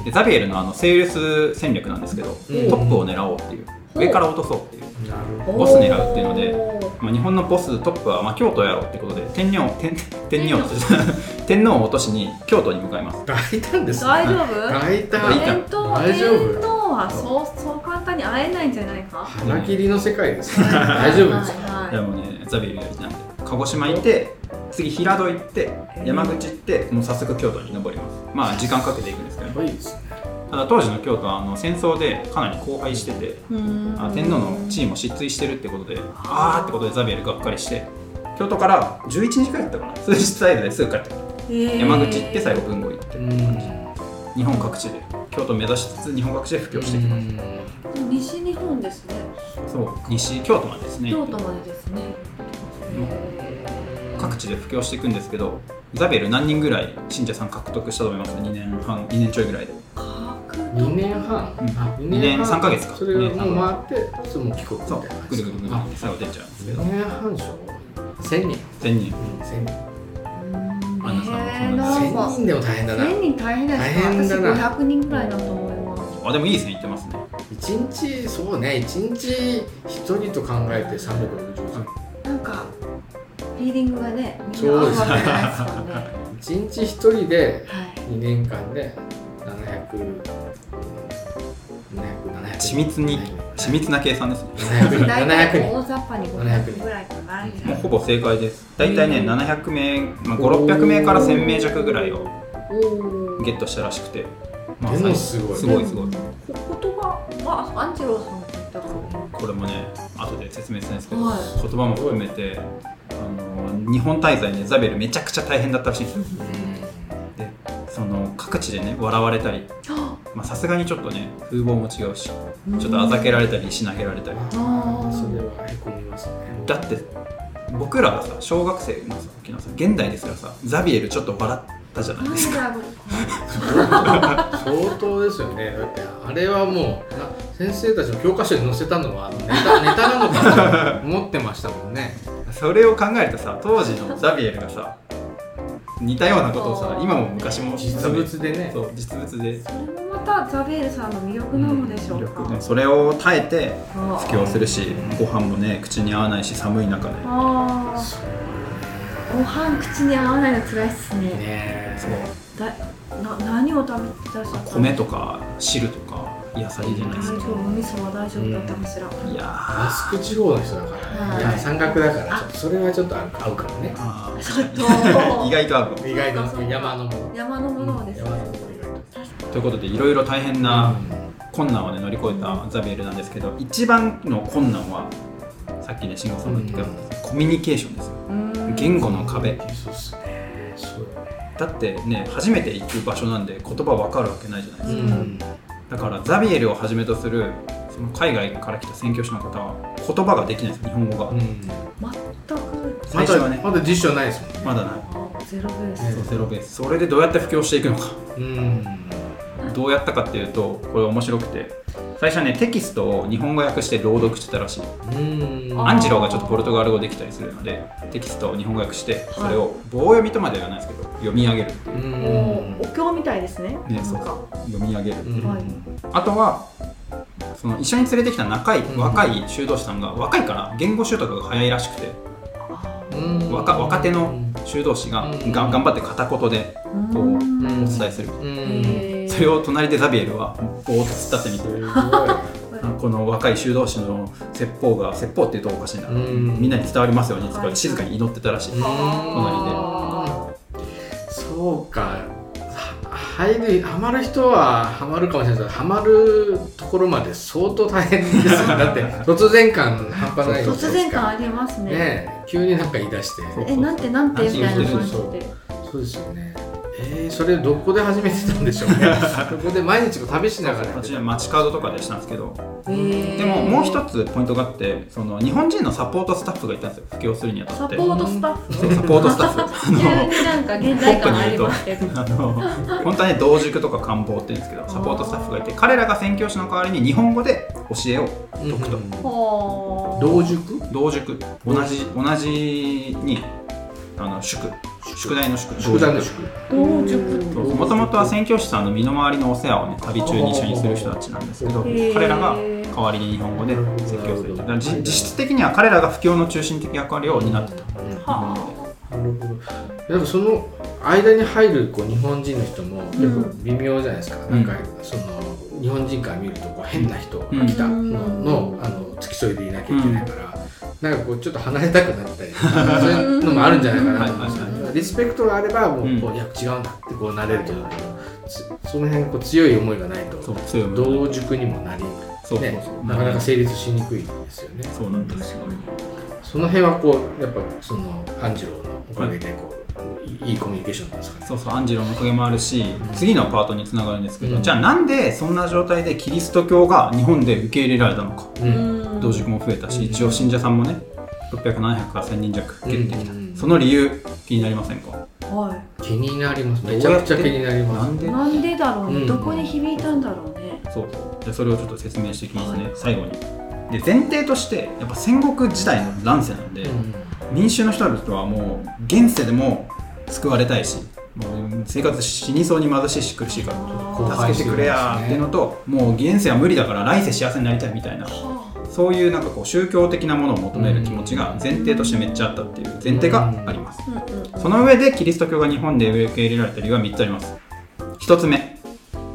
Speaker 2: でザビエルのあのセールス戦略なんですけど、
Speaker 1: うん
Speaker 2: トップを狙おうっていう
Speaker 3: うん
Speaker 2: 上から落とそうっていう、
Speaker 1: なるほど
Speaker 2: ボス狙うっていうので
Speaker 3: おー
Speaker 2: まあ、日本のボストップはまあ京都やろうってことで天皇天天皇 天皇を落としに京都に向かいます
Speaker 1: 大胆ですね
Speaker 3: 大丈夫
Speaker 1: 大
Speaker 2: 大
Speaker 1: 胆
Speaker 2: 胆
Speaker 3: 弁当
Speaker 1: 大丈夫
Speaker 3: 弁当はそうそう簡単に会えないんじゃないか
Speaker 1: 花切りの世界ですね大丈夫ですか
Speaker 3: はい
Speaker 2: で
Speaker 3: はい
Speaker 2: もねザビエルやりたいんで鹿児島行って次平戸行って山口行ってもう早速京都に登りますまあ時間かけていくんですけど
Speaker 1: いいですね
Speaker 2: ただ当時の京都はあの戦争でかなり荒廃してて
Speaker 3: うーん
Speaker 2: あ天皇の地位も失墜してるってことであーってことでザビエルがっかりして京都から11日くらいだったかな数日サイドですぐ帰ってくる
Speaker 3: へー
Speaker 2: 山口行って最後文豪行って
Speaker 1: うん
Speaker 2: 日本各地で京都を目指しつつ日本各地で布教していきます
Speaker 3: 西日本ですね
Speaker 2: そう西京都までですね
Speaker 3: 京都までですね
Speaker 2: 各地で布教していくんですけどザビエル何人ぐらい信者さん獲得したと思います2年半2年ちょいぐらいで
Speaker 1: 二
Speaker 3: 2
Speaker 1: 年半、
Speaker 2: うん
Speaker 1: あ
Speaker 2: 二年三ヶ月か
Speaker 1: それがもう回って、それも帰国みた
Speaker 2: そ
Speaker 1: いうな感
Speaker 2: ぐ
Speaker 1: じ
Speaker 2: る
Speaker 1: で
Speaker 2: ぐる
Speaker 1: す
Speaker 2: ぐる
Speaker 1: か。
Speaker 2: 最後出ちゃうんですけ
Speaker 1: あ
Speaker 2: ど
Speaker 1: 二年半でしょ。千人。
Speaker 2: 全人
Speaker 1: 千人。
Speaker 2: アンナさんはそんな
Speaker 3: なん
Speaker 1: 千
Speaker 3: か
Speaker 1: 人でも大変だな。
Speaker 3: 1000人大変だ
Speaker 1: 大変だな
Speaker 3: 私500人ぐらいだと思います
Speaker 2: あでもいい線いってますね
Speaker 1: 一日、そうね、一日一人と考えて三百六十
Speaker 3: なんかフィーリングがねみん
Speaker 1: そ
Speaker 3: な合
Speaker 1: う
Speaker 3: わ
Speaker 1: です
Speaker 3: ないですからね
Speaker 1: 一日一人で
Speaker 3: はい
Speaker 1: 二年間で七百700
Speaker 2: 緻密に緻密な計算ですね
Speaker 1: 700人
Speaker 3: 大
Speaker 1: 700
Speaker 3: 体
Speaker 1: 人
Speaker 3: 大雑把に
Speaker 1: 700
Speaker 3: 500
Speaker 1: 人
Speaker 3: ぐらいかなみ
Speaker 2: も
Speaker 3: たい
Speaker 2: う
Speaker 3: な
Speaker 2: ほぼ正解です大体ね
Speaker 3: うん
Speaker 2: 700名、まあ、500600名から1000名弱ぐらいを
Speaker 3: おお
Speaker 2: ゲットしたらしくて、ま
Speaker 1: でもすごい
Speaker 2: すごいすごい
Speaker 3: 言葉はアンジェロさんが言ったから
Speaker 2: これもね後で説明するんですけど、
Speaker 3: はい
Speaker 2: 言葉も含めてあの日本滞在ねザベルめちゃくちゃ大変だったらしいんですよでその各地でね笑われたり
Speaker 3: あ
Speaker 2: まあさすがにちょっとね風貌も違うしちょっとあざけられたり石投げられたり
Speaker 1: あーそれはへこみますね
Speaker 2: だって僕らがさ小学生の時のさ現代ですらさザビエルちょっと笑ったじゃないですか
Speaker 3: なんだこ
Speaker 1: 相当ですよねだってあれはもうな先生たちの教科書に載せたのはネタネタなのかなと思ってましたもん ね
Speaker 2: それを考えるとさ当時のザビエルがさ似たようなことをさ今も昔も
Speaker 1: 実物でね
Speaker 2: そう実物で
Speaker 3: れそれもまたザベールさんの魅力なのでしょうか、
Speaker 2: でもそれを耐えて
Speaker 3: あ
Speaker 2: 布教するしご飯もね口に合わないし寒い中で
Speaker 3: あーご飯口に合わないの辛いっすね
Speaker 1: ね
Speaker 2: そう
Speaker 3: だな何を食べてらっしゃった
Speaker 2: 米とか汁とか野菜じゃない
Speaker 3: 大
Speaker 2: です
Speaker 3: 丈
Speaker 2: か
Speaker 3: 夫お味噌は大丈夫だったかしら、
Speaker 2: いや
Speaker 1: マ
Speaker 2: ー
Speaker 1: スク地方の人だから、ね、いや山岳だからちょっとそれはちょっと合うかもね
Speaker 2: あ
Speaker 3: ちょっと
Speaker 2: ー意外とある
Speaker 1: 意外と山のもの
Speaker 3: 山のものをですね
Speaker 1: 山のもの意外と
Speaker 2: ということでいろいろ大変な困難をね乗り越えたザビエルなんですけど一番の困難はさっきね慎吾さんも言ってた
Speaker 1: うん
Speaker 2: コミュニケーションですよ
Speaker 3: うん
Speaker 2: 言語の壁
Speaker 1: そうっすねそうだね
Speaker 2: だってね初めて行く場所なんで言葉わかるわけないじゃないですか
Speaker 1: うん
Speaker 2: だからザビエルをはじめとするその海外から来た宣教師の方は言葉ができないです日本語が、
Speaker 1: うん
Speaker 3: 全く
Speaker 2: 最初はね
Speaker 1: まだ辞書ないですもんね
Speaker 2: まだない
Speaker 3: ゼロベー
Speaker 1: う
Speaker 3: ス
Speaker 1: ん
Speaker 2: そうゼロベースそれでどうやって布教していくのか
Speaker 1: うん
Speaker 2: どうやったかっていうとこれ面白くて最初はねテキストを日本語訳して朗読してたらしい
Speaker 1: うん
Speaker 3: あ
Speaker 2: アンジローがちょっとポルトガル語できたりするのでテキストを日本語訳してそれを棒読みとまでは言わないですけど読み上げるっていうう、
Speaker 1: ん
Speaker 3: もうお経みたいですね
Speaker 2: ね
Speaker 3: なんか
Speaker 2: 読み上げる
Speaker 1: うん
Speaker 3: はい
Speaker 2: あとはその一緒に連れてきた仲いい若い修道士さんが若いから言語習得が早いらしくて
Speaker 3: あ
Speaker 1: うん
Speaker 2: 若若手の修道士が
Speaker 1: うん
Speaker 2: が頑張って片言で
Speaker 3: ー
Speaker 2: こう
Speaker 3: う
Speaker 2: お
Speaker 3: ん
Speaker 1: うん
Speaker 2: 伝えする
Speaker 1: うん
Speaker 3: へー
Speaker 2: それを隣でザビエルはぼーっと突っ立ってみてこの若い修道士の説法が説法って言うとおかしいな
Speaker 1: うん
Speaker 2: みんなに伝わりますようにと
Speaker 3: は
Speaker 2: か
Speaker 3: い
Speaker 2: 静かに祈ってたらしい
Speaker 3: あ
Speaker 1: そうかは入るハマる人はハマるかもしれないですけどハマるところまで相当大変です よだって突然感半端ない
Speaker 3: ー突然感ありますね
Speaker 1: ねえ急になんか言い出して
Speaker 2: そう
Speaker 3: えなんてなんてみたいな感じ
Speaker 1: そうそう
Speaker 3: で
Speaker 1: そうですよねえー、それどこで始めてたんでしょう ねそこで毎日こう旅しながらやって
Speaker 2: 私
Speaker 1: た
Speaker 2: は街カードとかでしたんですけど
Speaker 3: へー
Speaker 2: でももう一つポイントがあってその日本人のサポートスタッフがいたんですよ布教するにあた
Speaker 3: サ
Speaker 2: っ
Speaker 3: ポ
Speaker 2: て
Speaker 3: ートスタッフ
Speaker 2: そうサポートスタッ フあ
Speaker 3: 急に
Speaker 2: の
Speaker 3: なんか現代感ありますけど
Speaker 2: あの本当はね同塾とか官房って言うんですけどサポートスタッフがいて彼らが宣教師の代わりに日本語で教えを
Speaker 1: うん
Speaker 2: 独
Speaker 3: ほー
Speaker 1: 同塾
Speaker 2: 同塾同じ同じにあの塾宿題の宿
Speaker 1: 宿題の宿
Speaker 3: 同塾って
Speaker 2: もともとは宣教師さんの身の回りのお世話をね旅中に一緒にする人たちなんですけど
Speaker 3: へー
Speaker 2: 彼らが代わりに日本語で宣教するとだからじ実質的には彼らが布教の中心的役割を担ってた
Speaker 1: うん
Speaker 3: は
Speaker 1: なるほど。やっぱその間に入るこう日本人の人もやっぱ微妙じゃないですか。
Speaker 2: うん
Speaker 1: なんかその日本人から見るとこう変な人が来たのの,、
Speaker 3: うん
Speaker 1: あの付き添いでいなきゃいけないから。なんかこうちょっと離れたくなったりとかそういうのもあるんじゃないかなと思うんですよ
Speaker 3: はいはいは
Speaker 1: ね
Speaker 3: い
Speaker 1: リスペクトがあればも
Speaker 2: うん
Speaker 1: うこう、いや違うんだってこうなれると思うけどつその辺こう強い思いがないと
Speaker 2: そう強いもの
Speaker 1: 同塾にもなり、
Speaker 2: そうそう
Speaker 1: ね
Speaker 2: そう、
Speaker 1: なかなか成立しにくいですよね。
Speaker 2: そうなんですよ
Speaker 1: その辺はこうやっぱその半次郎のおかげでこう、い、いいコミュニケーションなんですかね。
Speaker 2: そうそうアンジェロのおかげもあるし次のパートにつながるんですけど、
Speaker 1: うん
Speaker 2: じゃあなんでそんな状態でキリスト教が日本で受け入れられたのか
Speaker 1: うん
Speaker 3: うん
Speaker 2: 同塾も増えたし一応信者さんもね600700から1000人弱受けてきた、
Speaker 1: うん
Speaker 2: その理由気になりませんか
Speaker 3: は
Speaker 1: 気になります。めちゃくちゃ気になり
Speaker 2: な
Speaker 1: ます。
Speaker 2: ん
Speaker 3: い
Speaker 2: で
Speaker 3: なんでだろう
Speaker 1: う
Speaker 3: ね
Speaker 1: ん
Speaker 3: どこに響いたんだろうね
Speaker 2: そうじゃあそれをちょっと説明していきますね、最後にで前提としてやっぱ戦国時代の乱世なんで、民衆の人々はもう現世でも救われたいしもう生活死にそうに貧しいし苦しいから
Speaker 1: 後
Speaker 2: 助
Speaker 1: 悔
Speaker 2: け
Speaker 1: してて
Speaker 2: く
Speaker 1: く
Speaker 2: れ
Speaker 1: れ
Speaker 2: や
Speaker 1: やー
Speaker 2: ーっ
Speaker 1: ってて
Speaker 2: い
Speaker 1: いうう
Speaker 2: の
Speaker 1: の
Speaker 2: ともう現世は無理だから来世幸せになりたいみたいな
Speaker 3: は
Speaker 2: そういうなんかこう宗教的なものを求める気持ちが前提としてめっちゃあったっていう前提があります
Speaker 3: あうんうん
Speaker 2: その上でキリスト教が日本で受け入れられた理由は3つあります1つ目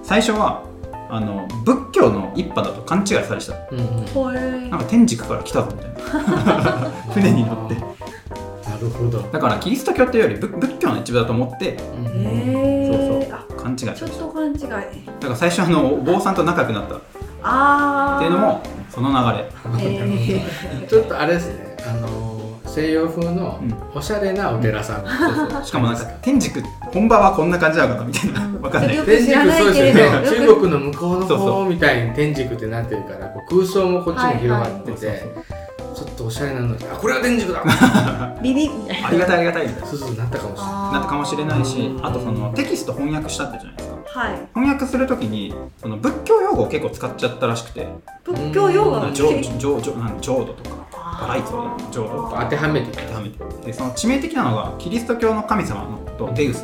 Speaker 2: 最初はあの仏教の一派だと勘違いされてた
Speaker 1: うんうん
Speaker 3: ほえ
Speaker 2: なんか天竺から来たぞみたいな 船に乗って
Speaker 1: なるほど、
Speaker 2: だからキリスト教というより仏仏教の一部だと思って
Speaker 1: うん
Speaker 3: へ
Speaker 2: そ
Speaker 3: え
Speaker 2: う
Speaker 3: あ
Speaker 2: 勘違いされ
Speaker 3: ちょ
Speaker 2: て
Speaker 3: った
Speaker 2: だ
Speaker 3: と勘違い
Speaker 2: から最初あのお坊さんと仲良くなったっ
Speaker 3: ああ
Speaker 2: ていうのもその流れ
Speaker 3: えー
Speaker 1: ちょっとあれですねあのー西洋風の
Speaker 2: うん
Speaker 1: おしゃれなお寺さん、
Speaker 2: そうそうしかもなんか天竺本場はこんな感じなのかなみたいなわかんない
Speaker 3: よく
Speaker 1: 天
Speaker 3: 知ら
Speaker 1: 竺
Speaker 3: ない
Speaker 1: そう
Speaker 3: け
Speaker 1: で
Speaker 3: れ
Speaker 1: す
Speaker 3: ど
Speaker 1: よね中国の向こうの
Speaker 2: そうそ
Speaker 1: 方みたいに天竺ってなってるからこう空想もこっちに広がってて、
Speaker 2: はいはい
Speaker 1: ちょっとおしゃれなのにあこれは天 竺だ
Speaker 3: ビビみたいな
Speaker 2: ありがたいありがたいみたいな
Speaker 1: そうそうなったかもしれない
Speaker 2: なったかもしれないし
Speaker 1: あー
Speaker 2: あとそのテキスト翻訳したってじゃないですか
Speaker 3: はい
Speaker 2: 翻訳するときにその仏教用語を結構使っちゃったらしくて
Speaker 3: 仏教用語
Speaker 1: う
Speaker 3: の
Speaker 1: ん
Speaker 2: 浄浄浄なん浄土とか
Speaker 3: あー
Speaker 2: バライトだ浄土と
Speaker 1: こう
Speaker 2: か
Speaker 1: 当てはめてい
Speaker 2: 当てはめてでその致命的なのがキリスト教の神様のとデウス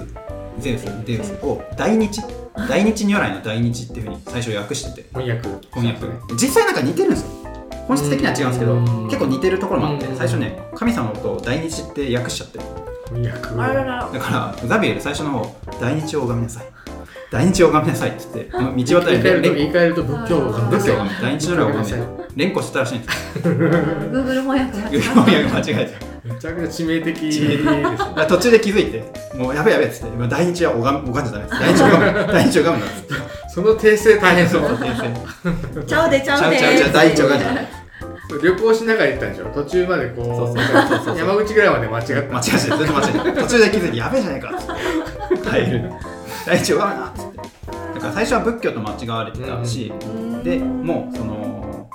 Speaker 2: ゼウスデウスを大日大日如来の大日っていうふうに最初訳してて
Speaker 1: 翻訳
Speaker 2: 翻訳実際なんか似てるんですよ本質的には違うんですけど
Speaker 1: うん
Speaker 2: 結構似てるところもあって
Speaker 1: うん
Speaker 2: 最初ね神様のことを大日って訳しちゃってる
Speaker 1: 翻訳
Speaker 3: あらら
Speaker 2: だからザビエル最初の方大日を拝みなさい大日を拝みなさいって言って道端
Speaker 1: 言い換える
Speaker 2: で
Speaker 1: と言い換えると仏教
Speaker 3: あー
Speaker 2: 仏教が
Speaker 1: め
Speaker 2: 大日如来を拝め連呼してたらしいんですよ
Speaker 3: Google 翻訳間違
Speaker 2: 翻訳間違えて
Speaker 1: めちゃくちゃ致命的です
Speaker 2: 致
Speaker 1: ね
Speaker 2: だから途中で気づいてもうやべやべっつってまあ大日は拝む拝んじゃダメです大日を拝む大日を拝むんだっつって
Speaker 1: その訂正大変そう
Speaker 2: そう訂正
Speaker 3: ちゃうでち
Speaker 2: ち
Speaker 3: ゃ
Speaker 2: ゃう
Speaker 3: うで
Speaker 2: ちゃうちゃう大日を拝んじゃダメ
Speaker 1: 旅行しながら行ったんでしょ途中までこう
Speaker 2: そうそうそうそう
Speaker 1: 山口ぐらいまで間違った
Speaker 2: 間違えてずっと間違えて途中で気づいてやべえじゃないかっつって耐える大日を拝むなっつってだから最初は仏教と間違われてたし、でもうその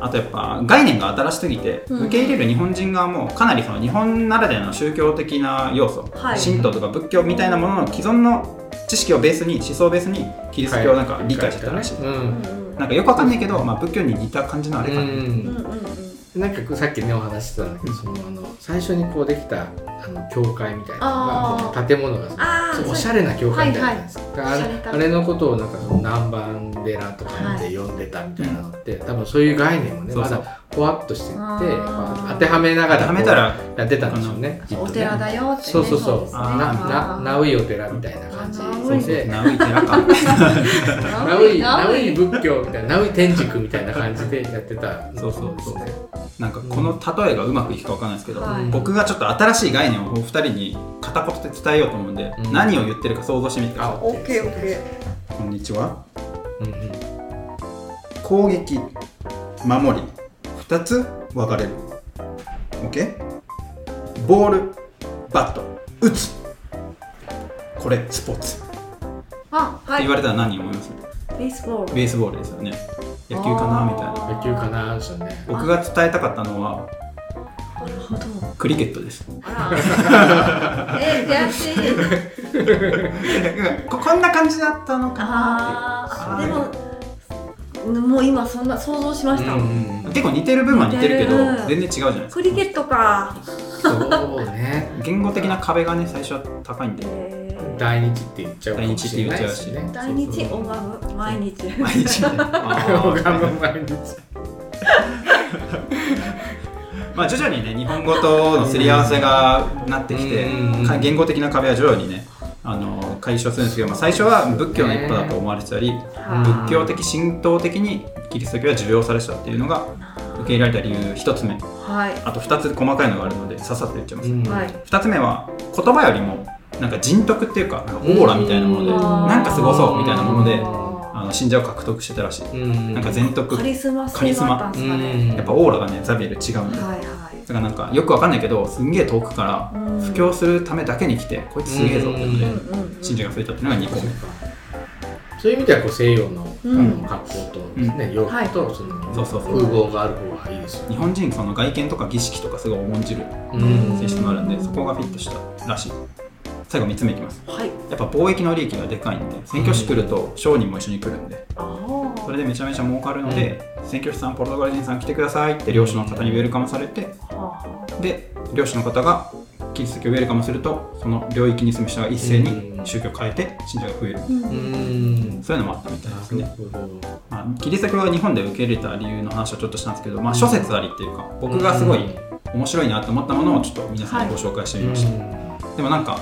Speaker 2: あとやっぱ概念が新しすぎて、
Speaker 3: うん
Speaker 2: 受け入れる日本人側もかなりその日本ならではの宗教的な要素、
Speaker 3: はい
Speaker 2: 神道とか仏教みたいなものの既存の知識をベースに思想をベースにキリスト教をなんか理解してたらしい、
Speaker 1: うん
Speaker 2: なんかよくわかんないけど、まあ、仏教に似た感じのあれかな、
Speaker 3: うんうんうんうん
Speaker 1: なんかこうさっきねお話ししてたんだけどそのあの最初にこうできたあの教会みたいな
Speaker 3: あー
Speaker 1: この建物がその
Speaker 3: あー
Speaker 1: ちょっとおしゃれな教会みたいなのがあるじゃない
Speaker 3: はいおしゃ
Speaker 1: です
Speaker 3: れ
Speaker 1: かあ
Speaker 3: だ
Speaker 1: れあれのことをなんかその南蛮寺とかって呼んでたみたいなのって、多分そういう概念もね
Speaker 2: そう
Speaker 1: ま
Speaker 2: そう
Speaker 1: だぽわっとしてて、
Speaker 3: あー
Speaker 1: まあ当てはめながら
Speaker 2: はめたら
Speaker 1: やってたんでしょうねきっとね
Speaker 3: お寺だよってね
Speaker 1: そうそうそう
Speaker 3: ですね
Speaker 2: あー
Speaker 1: ななナウイお寺みたいな感じ
Speaker 3: あー
Speaker 2: そうそ
Speaker 1: で
Speaker 2: うナウイ寺か
Speaker 1: ナウイナウイ仏教みたいなナウイ天竺みたいな感じでやってた
Speaker 2: そうそうそう
Speaker 1: ですね
Speaker 2: なんかこの例えがうまくいくかわかんないですけど、
Speaker 3: はい
Speaker 2: 僕がちょっと新しい概念をお二人に片言で伝えようと思うんで、
Speaker 1: うん
Speaker 2: 何を言ってるか想像してみてくだ
Speaker 1: あ
Speaker 2: さ
Speaker 3: オッケーオッケ
Speaker 2: いこんにちは
Speaker 1: うんうん
Speaker 2: 攻撃守り2つ分かれる OK ボールバット打つこれスポーツ、って
Speaker 3: あはい
Speaker 2: 言われたら何思います
Speaker 3: ベースボール
Speaker 2: ベースボールですよね野球かなみたいな
Speaker 3: あー
Speaker 1: 野球かなそうね
Speaker 2: 僕が伝えたかったのは
Speaker 3: なるほど
Speaker 2: クリケットです
Speaker 3: あ らえー、悔しい
Speaker 2: こ こんな感じだったのかなっ
Speaker 3: ああ
Speaker 2: てい
Speaker 3: で
Speaker 2: う
Speaker 3: ももう今そんな想像しました、
Speaker 1: うんうん
Speaker 2: 結構似てる部分は似てるけど
Speaker 3: 似て
Speaker 2: 全然違
Speaker 3: る
Speaker 2: うじゃないです
Speaker 3: ク
Speaker 2: か
Speaker 3: リケットか、
Speaker 1: そうね
Speaker 2: 言語的な壁がね最初は高いんで
Speaker 3: えー、
Speaker 1: 大日って言っちゃうかもしれないですね
Speaker 2: 大
Speaker 3: 大日拝む毎日
Speaker 2: 毎日ね
Speaker 1: 拝む毎日
Speaker 2: まあ、徐々にね日本語とのすり合わせがなってきて
Speaker 1: うん
Speaker 2: か言語的な壁は徐々にねあの解消するんですけど、まあ、最初は仏教の一派だと思われてたり
Speaker 3: あー
Speaker 2: 仏教的神道的にキリスト教は受領されてたっていうのが受け入れられた理由1つ目
Speaker 3: はい
Speaker 2: あと2つ細かいのがあるのでさっさと言っちゃいます、
Speaker 1: うん
Speaker 3: はい
Speaker 2: 2つ目は言葉よりもなんか人徳っていうかなんかオーラみたいなもので
Speaker 3: うん
Speaker 2: なんかすごそうみたいなものであ
Speaker 3: あ
Speaker 2: の信者を獲得してたらしい
Speaker 1: うん
Speaker 2: なんか全
Speaker 3: ー
Speaker 2: 徳
Speaker 3: カ
Speaker 2: や
Speaker 3: リスマ性があったんですかね
Speaker 2: っぱオーラがねザビエル違うん
Speaker 3: は
Speaker 2: で
Speaker 3: い
Speaker 2: す
Speaker 3: はい
Speaker 2: だからなんかよくわかんないけどすんげえ遠くから
Speaker 3: うん
Speaker 2: 布教するためだけに来てこいつすげえぞっていうの
Speaker 1: う
Speaker 2: で
Speaker 1: ん
Speaker 3: うんうんうん
Speaker 2: 信者が増えたっていうのが2個目
Speaker 1: そういう意味ではこう西洋の,、
Speaker 3: うん
Speaker 1: あの格好と、ね洋
Speaker 3: はい
Speaker 1: 服とその、
Speaker 2: そうそうそう
Speaker 1: 風貌がある方がいいですよ
Speaker 2: 日
Speaker 1: ね。
Speaker 2: 本人その外見とか儀式とかすごい重んじる
Speaker 1: うん
Speaker 2: 性質もあるんでそこがフィットしたらしい最後3つ目いきます
Speaker 3: はい
Speaker 2: やっぱ貿易の利益がでかいんで宣教師来ると商人も一緒に来るんで
Speaker 3: あ
Speaker 2: そ
Speaker 3: ー
Speaker 2: れでめちゃめちゃ儲かるので宣教師さんポルトガル人さん来てくださいって漁師の方にウェルカムされて
Speaker 3: あ
Speaker 2: で漁師の方がキリスト教ウェルカムするとその領域に住む人が一斉に宗教を変えて信者が増える
Speaker 3: ーうん
Speaker 1: うん
Speaker 2: そういうのもあったみたいですね
Speaker 1: なるほど
Speaker 2: まあ、キリスト教が日本で受け入れた理由の話をちょっとしたんですけど、まあ、諸説ありっていうか僕がすごい面白いなと思ったものをちょっと皆さんにご紹介してみました、でもなんか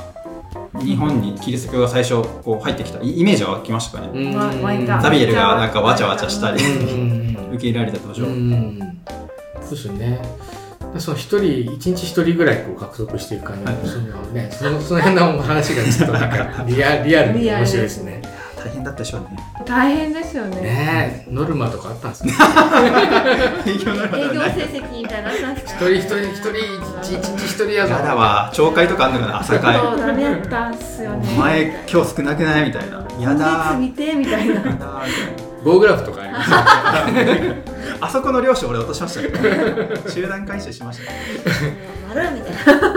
Speaker 2: 日本にキリスト教が最初こう入ってきたイイメージは湧きましたかね、
Speaker 1: ん
Speaker 3: わ湧いた
Speaker 2: ザビエルがなんかわちゃわちゃしたり、
Speaker 1: うんうんうん
Speaker 2: 受け入れられた当初、
Speaker 1: うんそうですよね。その一人、一日一人ぐらいこう獲得していく感じがするのね、そのその辺の話がちょっとなん かリアリアルに面白いですね。
Speaker 2: 大変だったでしょうね
Speaker 3: 大変ですよね
Speaker 1: ねえ、ノルマとかあったんです ね。
Speaker 2: 営業な
Speaker 3: 営
Speaker 2: ら
Speaker 3: 業
Speaker 2: ない
Speaker 3: 成績みたいなのあったんです
Speaker 1: 一
Speaker 3: か
Speaker 1: 人一人一人、一日一人や
Speaker 2: や
Speaker 1: ぞ。
Speaker 2: だわ懲戒とかあんのかな朝会
Speaker 3: そうダメだったんすよ
Speaker 2: お
Speaker 3: ね
Speaker 2: 前
Speaker 3: みたいな
Speaker 2: 今日少なくないみたいなやだ
Speaker 3: 今
Speaker 2: ー
Speaker 3: 月見てみたいな
Speaker 2: やだーみたいな
Speaker 1: 棒グラフとかありますね。
Speaker 2: あそこの漁師俺落としましたよ集団回収しました
Speaker 3: 丸みた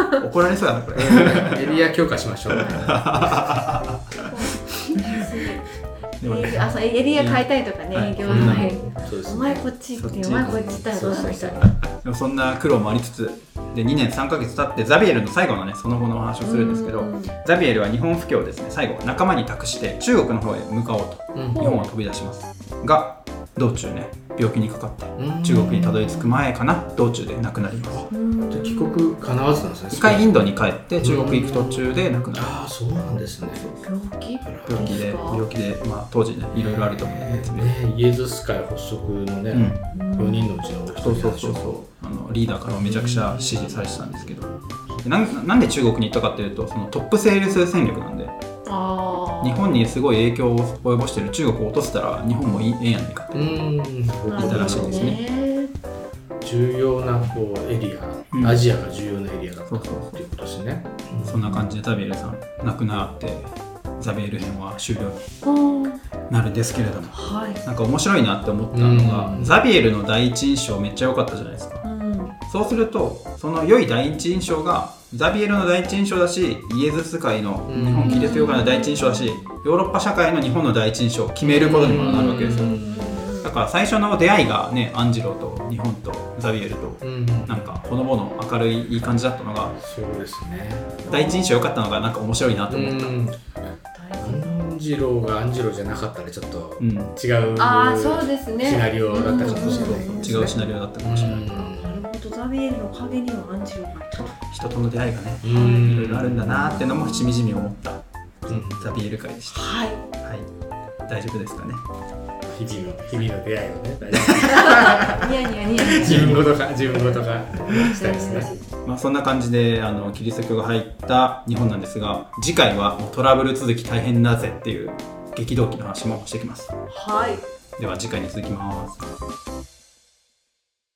Speaker 3: いな
Speaker 2: よ怒られそうだなこれ
Speaker 1: エリア強化しましょう。
Speaker 2: でもね
Speaker 3: あそうエリア変えたりとか
Speaker 2: は
Speaker 3: ね
Speaker 2: い
Speaker 3: 営業
Speaker 1: うん
Speaker 3: の辺
Speaker 1: そうです
Speaker 3: お
Speaker 1: ね
Speaker 3: 前こっち行ってお前こっち行ったらどうだみたいな
Speaker 2: でもそんな苦労もありつつで2年3ヶ月経ってザビエルの最後のねその後のお話をするんですけど
Speaker 3: うん
Speaker 2: ザビエルは日本布教をですね最後仲間に託して中国の方へ向かおうと
Speaker 1: うん
Speaker 2: 日本を飛び出しますが道中ね病気にかかって
Speaker 1: うん
Speaker 2: 中国にたどり着く前かな道中で亡くなります
Speaker 3: うん
Speaker 1: じゃあ帰国かなわずなんですね。
Speaker 2: 一回インドに帰って中国行く途中で亡くなる
Speaker 1: ああ、そうなんですね。
Speaker 3: 病気
Speaker 2: 病気で病気で、まあ、当時ねいろいろあると思うんですね
Speaker 1: ねイエズス会発足のね、
Speaker 2: うん
Speaker 1: 4人のうちのお一人
Speaker 2: そうそうそうそうあのリーダーからもめちゃくちゃ支持されてたんですけどでなんなんで中国に行ったかっていうとそのトップセールス戦略なんで
Speaker 3: あー
Speaker 2: 日本にすごい影響を及ぼしてる中国を落とせたら日本もいいええやないかって
Speaker 1: うん、
Speaker 3: なる
Speaker 2: い
Speaker 3: ほ
Speaker 2: た
Speaker 3: ど
Speaker 2: らしいですね
Speaker 1: 重要なこうエリア、
Speaker 2: うん
Speaker 1: アジアが重要なエリアだった
Speaker 2: そう
Speaker 1: と
Speaker 2: そうそう
Speaker 1: いうことですね。
Speaker 2: そんな感じでザビエルさん亡くなってザビエル編は終了に
Speaker 3: うん
Speaker 2: なるんですけれども
Speaker 3: はい
Speaker 2: なんか面白いなって思ったのが、
Speaker 1: うん
Speaker 2: ザビエルの第一印象めっちゃ良かったじゃないですか
Speaker 3: うん
Speaker 2: そうするとその良い第一印象がザビエルの第一印象だしイエズス会の
Speaker 1: うん
Speaker 2: 日本キリスト教会の第一印象だしヨーロッパ社会の日本の第一印象を決めることにもなるわけですよ
Speaker 1: うん
Speaker 2: だから最初の出会いがねアンジロと日本とザビエルと
Speaker 1: うん
Speaker 2: なんかほのぼの明るいいい感じだったのが
Speaker 1: そうですね。
Speaker 2: 第一印象良かったのがなんか面白いなと思った
Speaker 1: うん
Speaker 3: 大事
Speaker 1: 安次郎が安次郎じゃなかったらちょっと
Speaker 2: うん、
Speaker 1: 違う
Speaker 3: あーそうですね
Speaker 1: シナリオだったかもしれない
Speaker 3: うん
Speaker 1: ですね。
Speaker 2: 違うシナリオだったかもしれない、
Speaker 3: なるほどザビエルの陰にはアンジロがいた
Speaker 2: 人との出会いがね
Speaker 1: うんうん
Speaker 2: いろいろあるんだなーってのもしみじみ思った
Speaker 1: うん
Speaker 2: ザビエル会でし
Speaker 3: はい
Speaker 2: たはい大丈夫ですかね
Speaker 1: 日々の日々の出会いをね、
Speaker 3: ニヤニヤニヤニ ヤ
Speaker 1: 自分ごとか自分ごとかしたいですね。
Speaker 2: まあ、そんな感じであのキリスト教が入った日本なんですが次回はもうトラブル続き大変だぜっていう激動期の話もしてきます
Speaker 3: はい
Speaker 2: では次回に続きます